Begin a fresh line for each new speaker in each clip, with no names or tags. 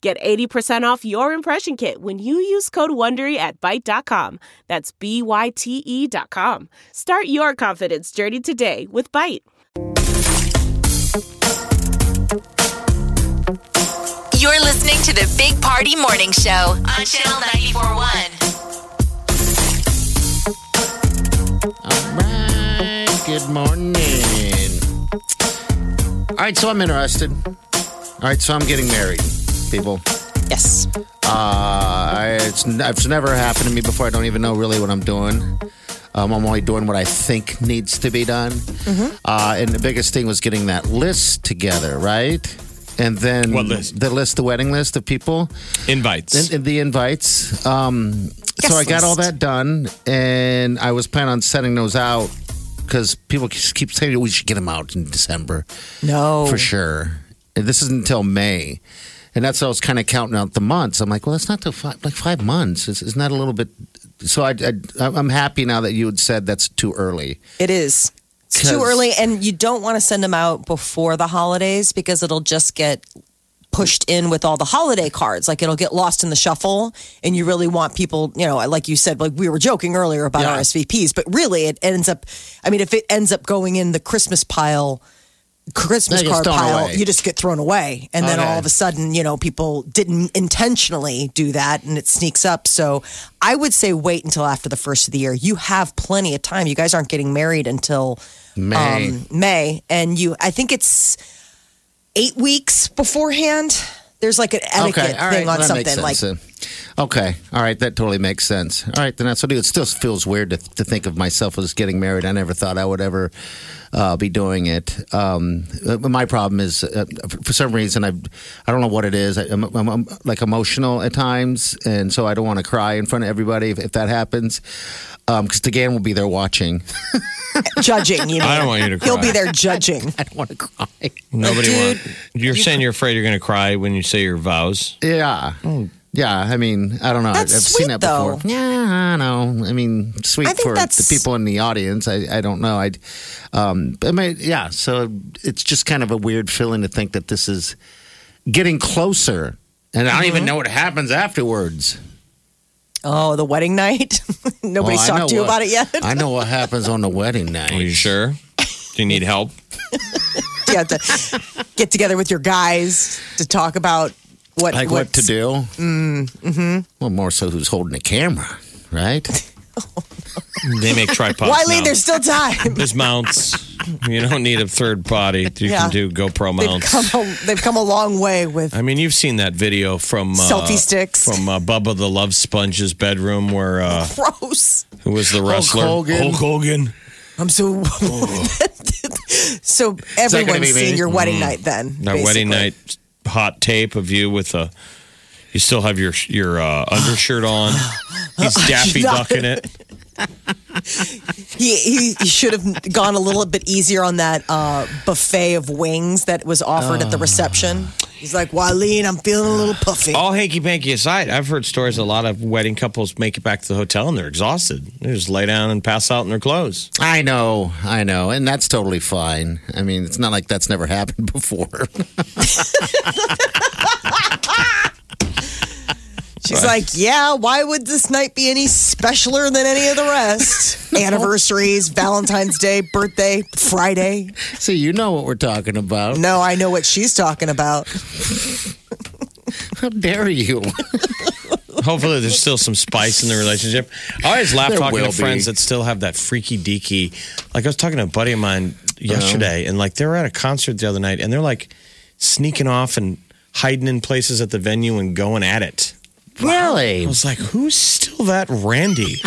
Get 80% off your impression kit when you use code WONDERY at Byte.com. That's B-Y-T-E E dot com. Start your confidence journey today with Byte.
You're listening to the Big Party Morning Show on Channel 941.
All right. Good morning. All right. So I'm interested. All right. So I'm getting married, people.
Yes.
Uh, I, it's, it's never happened to me before. I don't even know really what I'm doing. Um, I'm only doing what I think needs to be done. Uh, and the biggest thing was getting that list together, right? And then
What list?
the list, the wedding list of people.
Invites.
And, and the invites. Um, so I got all that done, and I was planning on sending those out because people just keep saying "Oh, we should get them out in December
No.
for sure. And this isn't until May, and that's what I was kind of counting out the months. I'm like, well, that's not till five, like five months. It's, isn't that a little bit? So I, I, I'm happy now that you had said that's too early.
It is. It's too
'Cause-
early, and you don't want to send them out before the holidays because it'll just get pushed in with all the holiday cards. Like it'll get lost in the shuffle, and you really want people, you know, like you said, like we were joking earlier about
Yeah.
RSVPs, but really it ends up, I mean, if it ends up going in the Christmas pile, Christmas
That gets
card
thrown
pile,
away.
you just get thrown away. And then
Okay.
all of a sudden, you know, people didn't intentionally do that and it sneaks up. So I would say wait until after the first of the year. You have plenty of time. You guys aren't getting married until
May.
Um, May. And you, I think it's eight weeks beforehand. Theves like an etiquette
all right,
thing on
that
something.
makes
Like,
sense then. okay, all right, that totally makes sense. All right, then that's what I do. It still feels weird to, to think of myself as getting married. I never thought I would ever uh, be doing it. Um, uh, my problem is, uh, for some reason, I I don't know what it is. I, I'm, I'm, I'm like emotional at times, and so I don't want to cry in front of everybody if, if that happens, because Degan will be there watching.
judging, you know.
I don't want you to cry.
He'll be there judging.
I don't want to cry.
Nobody
Dude,
wants. You're saying you're afraid you're going to cry when you say your vows.
Yeah. Yeah, I mean, I don't know.
Oh. That's
I've seen
sweet,
that
though.
before. Yeah, I know. I mean, sweet
I think
for
that's-
the people in the audience. I, I don't know. I, um, I mean, yeah. So it's just kind of a weird feeling to think that this is getting closer, and I don't
Mm-hmm.
even know what happens afterwards.
Oh, the wedding night. Nobody's
Well, I
talked to
know
you
what-
about it yet.
I know what happens on the wedding night.
Are you sure? Do you need help?
you have to get together with your guys to talk about what
Like what to do? Mm,
mm-hmm.
hmm Well, more so who's holding the camera, right?
They make tripods.
Wiley,
now.
there's still time.
There's mounts. You don't need a third body. You
Yeah.
can do GoPro
They've
mounts.
come, a, they've come a long way with.
I mean, you've seen that video from uh,
Selfie sticks.
from uh, Bubba the Love Sponge's bedroom, where uh,
Gross.
who was the wrestler
Hogan.
Hulk Hogan.
I'm so. so everyone's
be me?
seeing your wedding night then.
That wedding
basically.
night hot tape of you with a. You still have your your uh, undershirt on. He's Daffy
No.
ducking it.
He, he, he should have gone a little bit easier on that uh, buffet of wings that was offered at the reception. He's like, Wileen, I'm feeling a little puffy.
All hanky panky aside, I've heard stories. A lot of wedding couples make it back to the hotel and they're exhausted. They just lay down and pass out in their clothes.
I know, I know, and that's totally fine. I mean, it's not like that's never happened before.
She's like, yeah, why would this night be any specialer than any of the rest? Anniversaries, Valentine's Day, birthday, Friday.
See, you know what we're talking about.
No, I know what she's talking about.
How dare you?
Hopefully, there's still some spice in the relationship. I always laugh
There
talking to
will be.
friends that still have that freaky deaky. Like I was talking to a buddy of mine
Uh-huh.
yesterday, and like they were at a concert the other night, and they're like sneaking off and hiding in places at the venue and going at it.
Really?
I was like, who's still that Randy?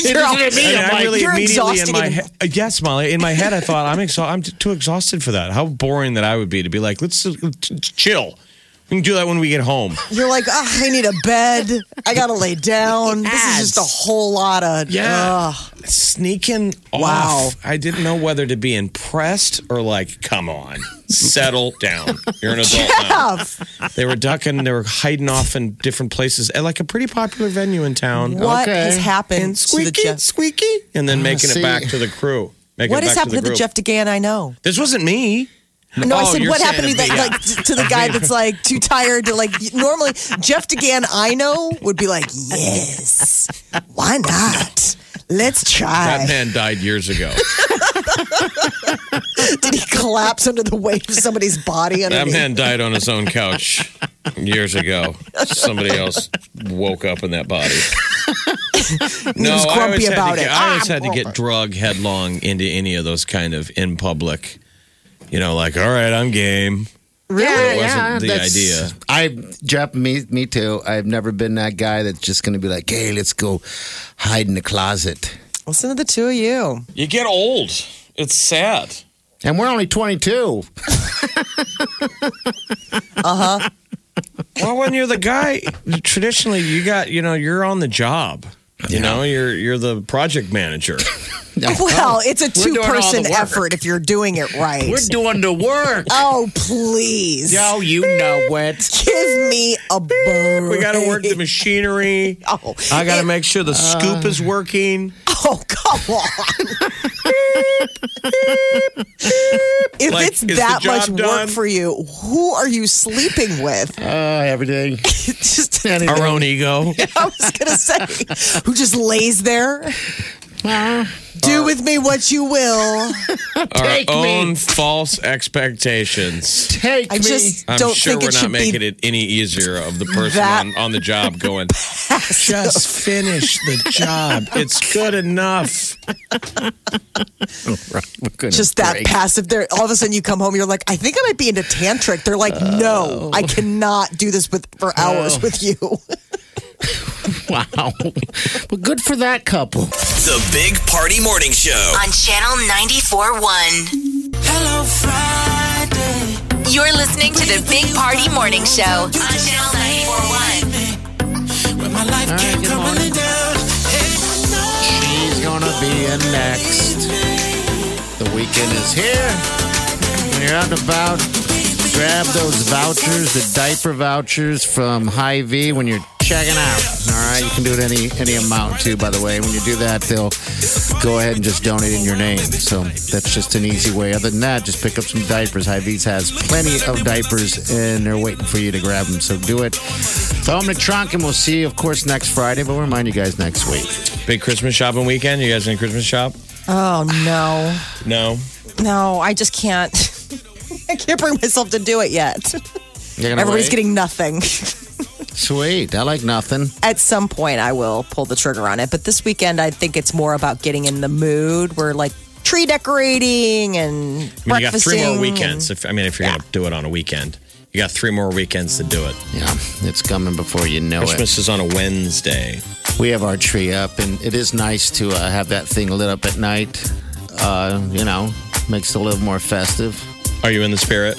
You're all-
I, mean, I really
You're
immediately in
exhausted
my
even-
head, yes, Molly. In my head, I thought I'm exha- I'm t- too exhausted for that. How boring that I would be to be like, let's uh, t- t- chill. We can do that when we get home.
You're like, "Ah, I need a bed. I gotta lay down. This is just a whole lot of
Yeah.
ugh."
Sneaking
Wow.
off. I didn't know whether to be impressed or like, come on, settle down. You're an adult now.
Tough.
They were ducking, they were hiding off in different places at like a pretty popular venue in town.
What
Okay.
has happened
And
to the
squeaky,
Jeff?
squeaky. And then making
see.
it back to the crew. Making
What
it
has
back
happened to the,
group.
Jeff DeGan I know?
This wasn't me.
No, I
Oh,
said
you're
what
saying
happened to
me,
that,
yeah.
like t- to the guy that's like too tired to like. Normally, Jeff DeGan I know would be like, yes, why not? Let's
That
try.
man died years ago.
Did he collapse under the weight of somebody's body?
That
underneath?
man died on his own couch years ago. Somebody else woke up in that body. no,
was
I always
grumpy
had
about
to
it.
get, I always
Ah,
had to get drug headlong into any of those kind of in public. You know, like, all right, I'm game.
Really?
It wasn't the
that's-
idea.
I Jeff, me, me too. I've never been that guy that's just going to be like, "Hey, let's go hide in the closet."
Listen to the two of you.
You get old. It's sad.
And we're only twenty-two.
Well, when you're the guy, traditionally you got, you know, you're on the job. You know, you're you're the project manager.
Well, it's a
doing all the
two-person
work.
effort if you're doing it right.
We're doing the work.
oh, please.
Oh, you know it.
Give me a bird.
We got to work the machinery.
Oh,
I got to make sure the scoop is working.
Oh, come on. if
Like,
it's
is the
that
job
much work
done?
for you, who are you sleeping with?
Uh, everything.
It's just,
Anything.
Our own ego.
I was going to say, who just lays there?
Uh,
Do with me what you will.
our
Take me.
own false expectations.
Take
I
me.
just
I'm
don't
sure
think
we're
it
not
should
making
be.
it any easier of the person
that-
on, on the job going, just finish the job. It's good enough.
We're gonna
Just that
break.
passive there. All of a sudden you come home, you're like, I think I might be into tantric. They're like, no, I cannot do this with for hours with you.
Wow. well, good for that couple.
The Big Party Morning Show.
on Channel 94.1.
Hello Friday.
You're listening to the Big Party Morning Show on Channel 94.1.
When my life kept
good
coming
morning.
down.
She's gonna be in next. The weekend is here. When you're out and about, grab those vouchers, the diaper vouchers from Hy-Vee when you're checking out. All right, you can do it any any amount too. By the way, when you do that, they'll go ahead and just donate in your name. So that's just an easy way. Other than that, just pick up some diapers. Hy-Vee's has plenty of diapers, and they're waiting for you to grab them. So do it. Throw them in the trunk, and we'll see you, of course, next Friday. But we'll remind you guys next week.
Big Christmas shopping weekend. You guys in Christmas shop?
Oh, no.
No.
No, I just can't. I can't bring myself to do it yet.
You're gonna
Everybody's
wait?
getting nothing.
Sweet. I like nothing.
At some point, I will pull the trigger on it. But this weekend, I think it's more about getting in the mood. We're like tree decorating and
I mean, you got three more
breakfasting.
weekends. If I mean, if you're going to do it on a weekend, you got three more weekends to do it.
Yeah, it's coming before you know
Christmas is on a Wednesday.
it. We have our tree up, and it is nice to uh, have that thing lit up at night. Uh, you know, makes it a little more festive.
Are you in the spirit?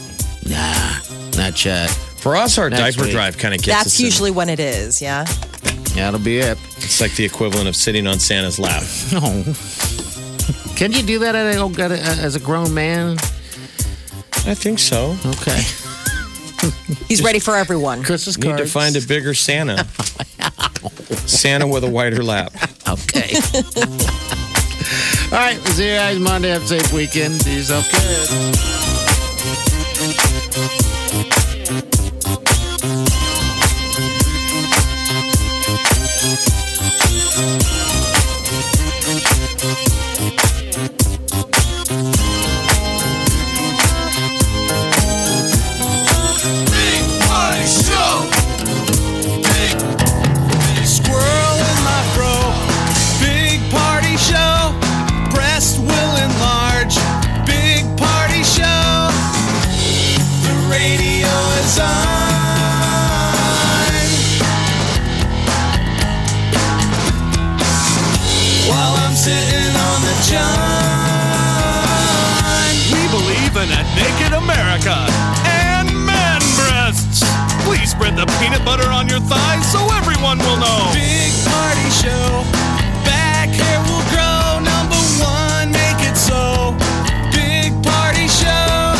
Nah, not yet.
For us, our
Next
diaper
week.
drive kind of gets us
That's
in-
usually when it is. Yeah.
That'll be it.
It's like the equivalent of sitting on Santa's lap.
No. Can you do that at a, at a- as a grown man?
I think so.
Okay.
He's ready for everyone.
Christmas
Need
cards.
to find a bigger Santa. Santa with a wider lap.
Okay. All right. We'll see you guys Monday. Have a safe weekend. Do yourself good.
Big Party Show. Big Squirrel in my bro. Big Party Show. Breast will enlarge. Big Party Show. The radio is on. While I'm sitting on the john. We believe in a naked America and man breasts. the peanut butter on your thighs so everyone will know. Big party show. Back hair will grow. Number one, make it so. Big party show.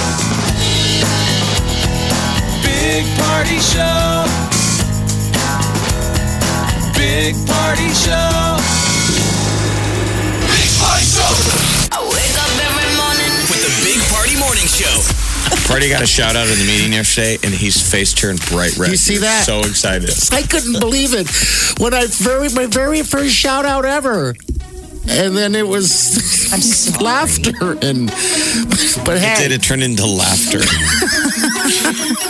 Big party show. Big party show. Big party show.
I wake up every morning.
With the Big Party Morning Show.
Freddie got a shout out in the meeting yesterday, and his face turned bright red.
You see
He was
that?
So excited.
I couldn't believe it when I very my very first shout out ever. And then it was laughter and but hey,
Did it turn into laughter?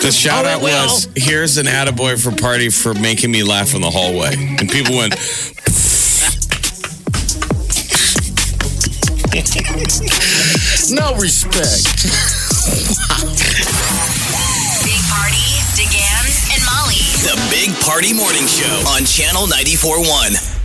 the shout
Oh,
out was here's an attaboy for party for making me laugh in the hallway. And people went,
no respect.
Big Party, DeGan, and Molly.
The Big Party Morning Show on Channel 94.1.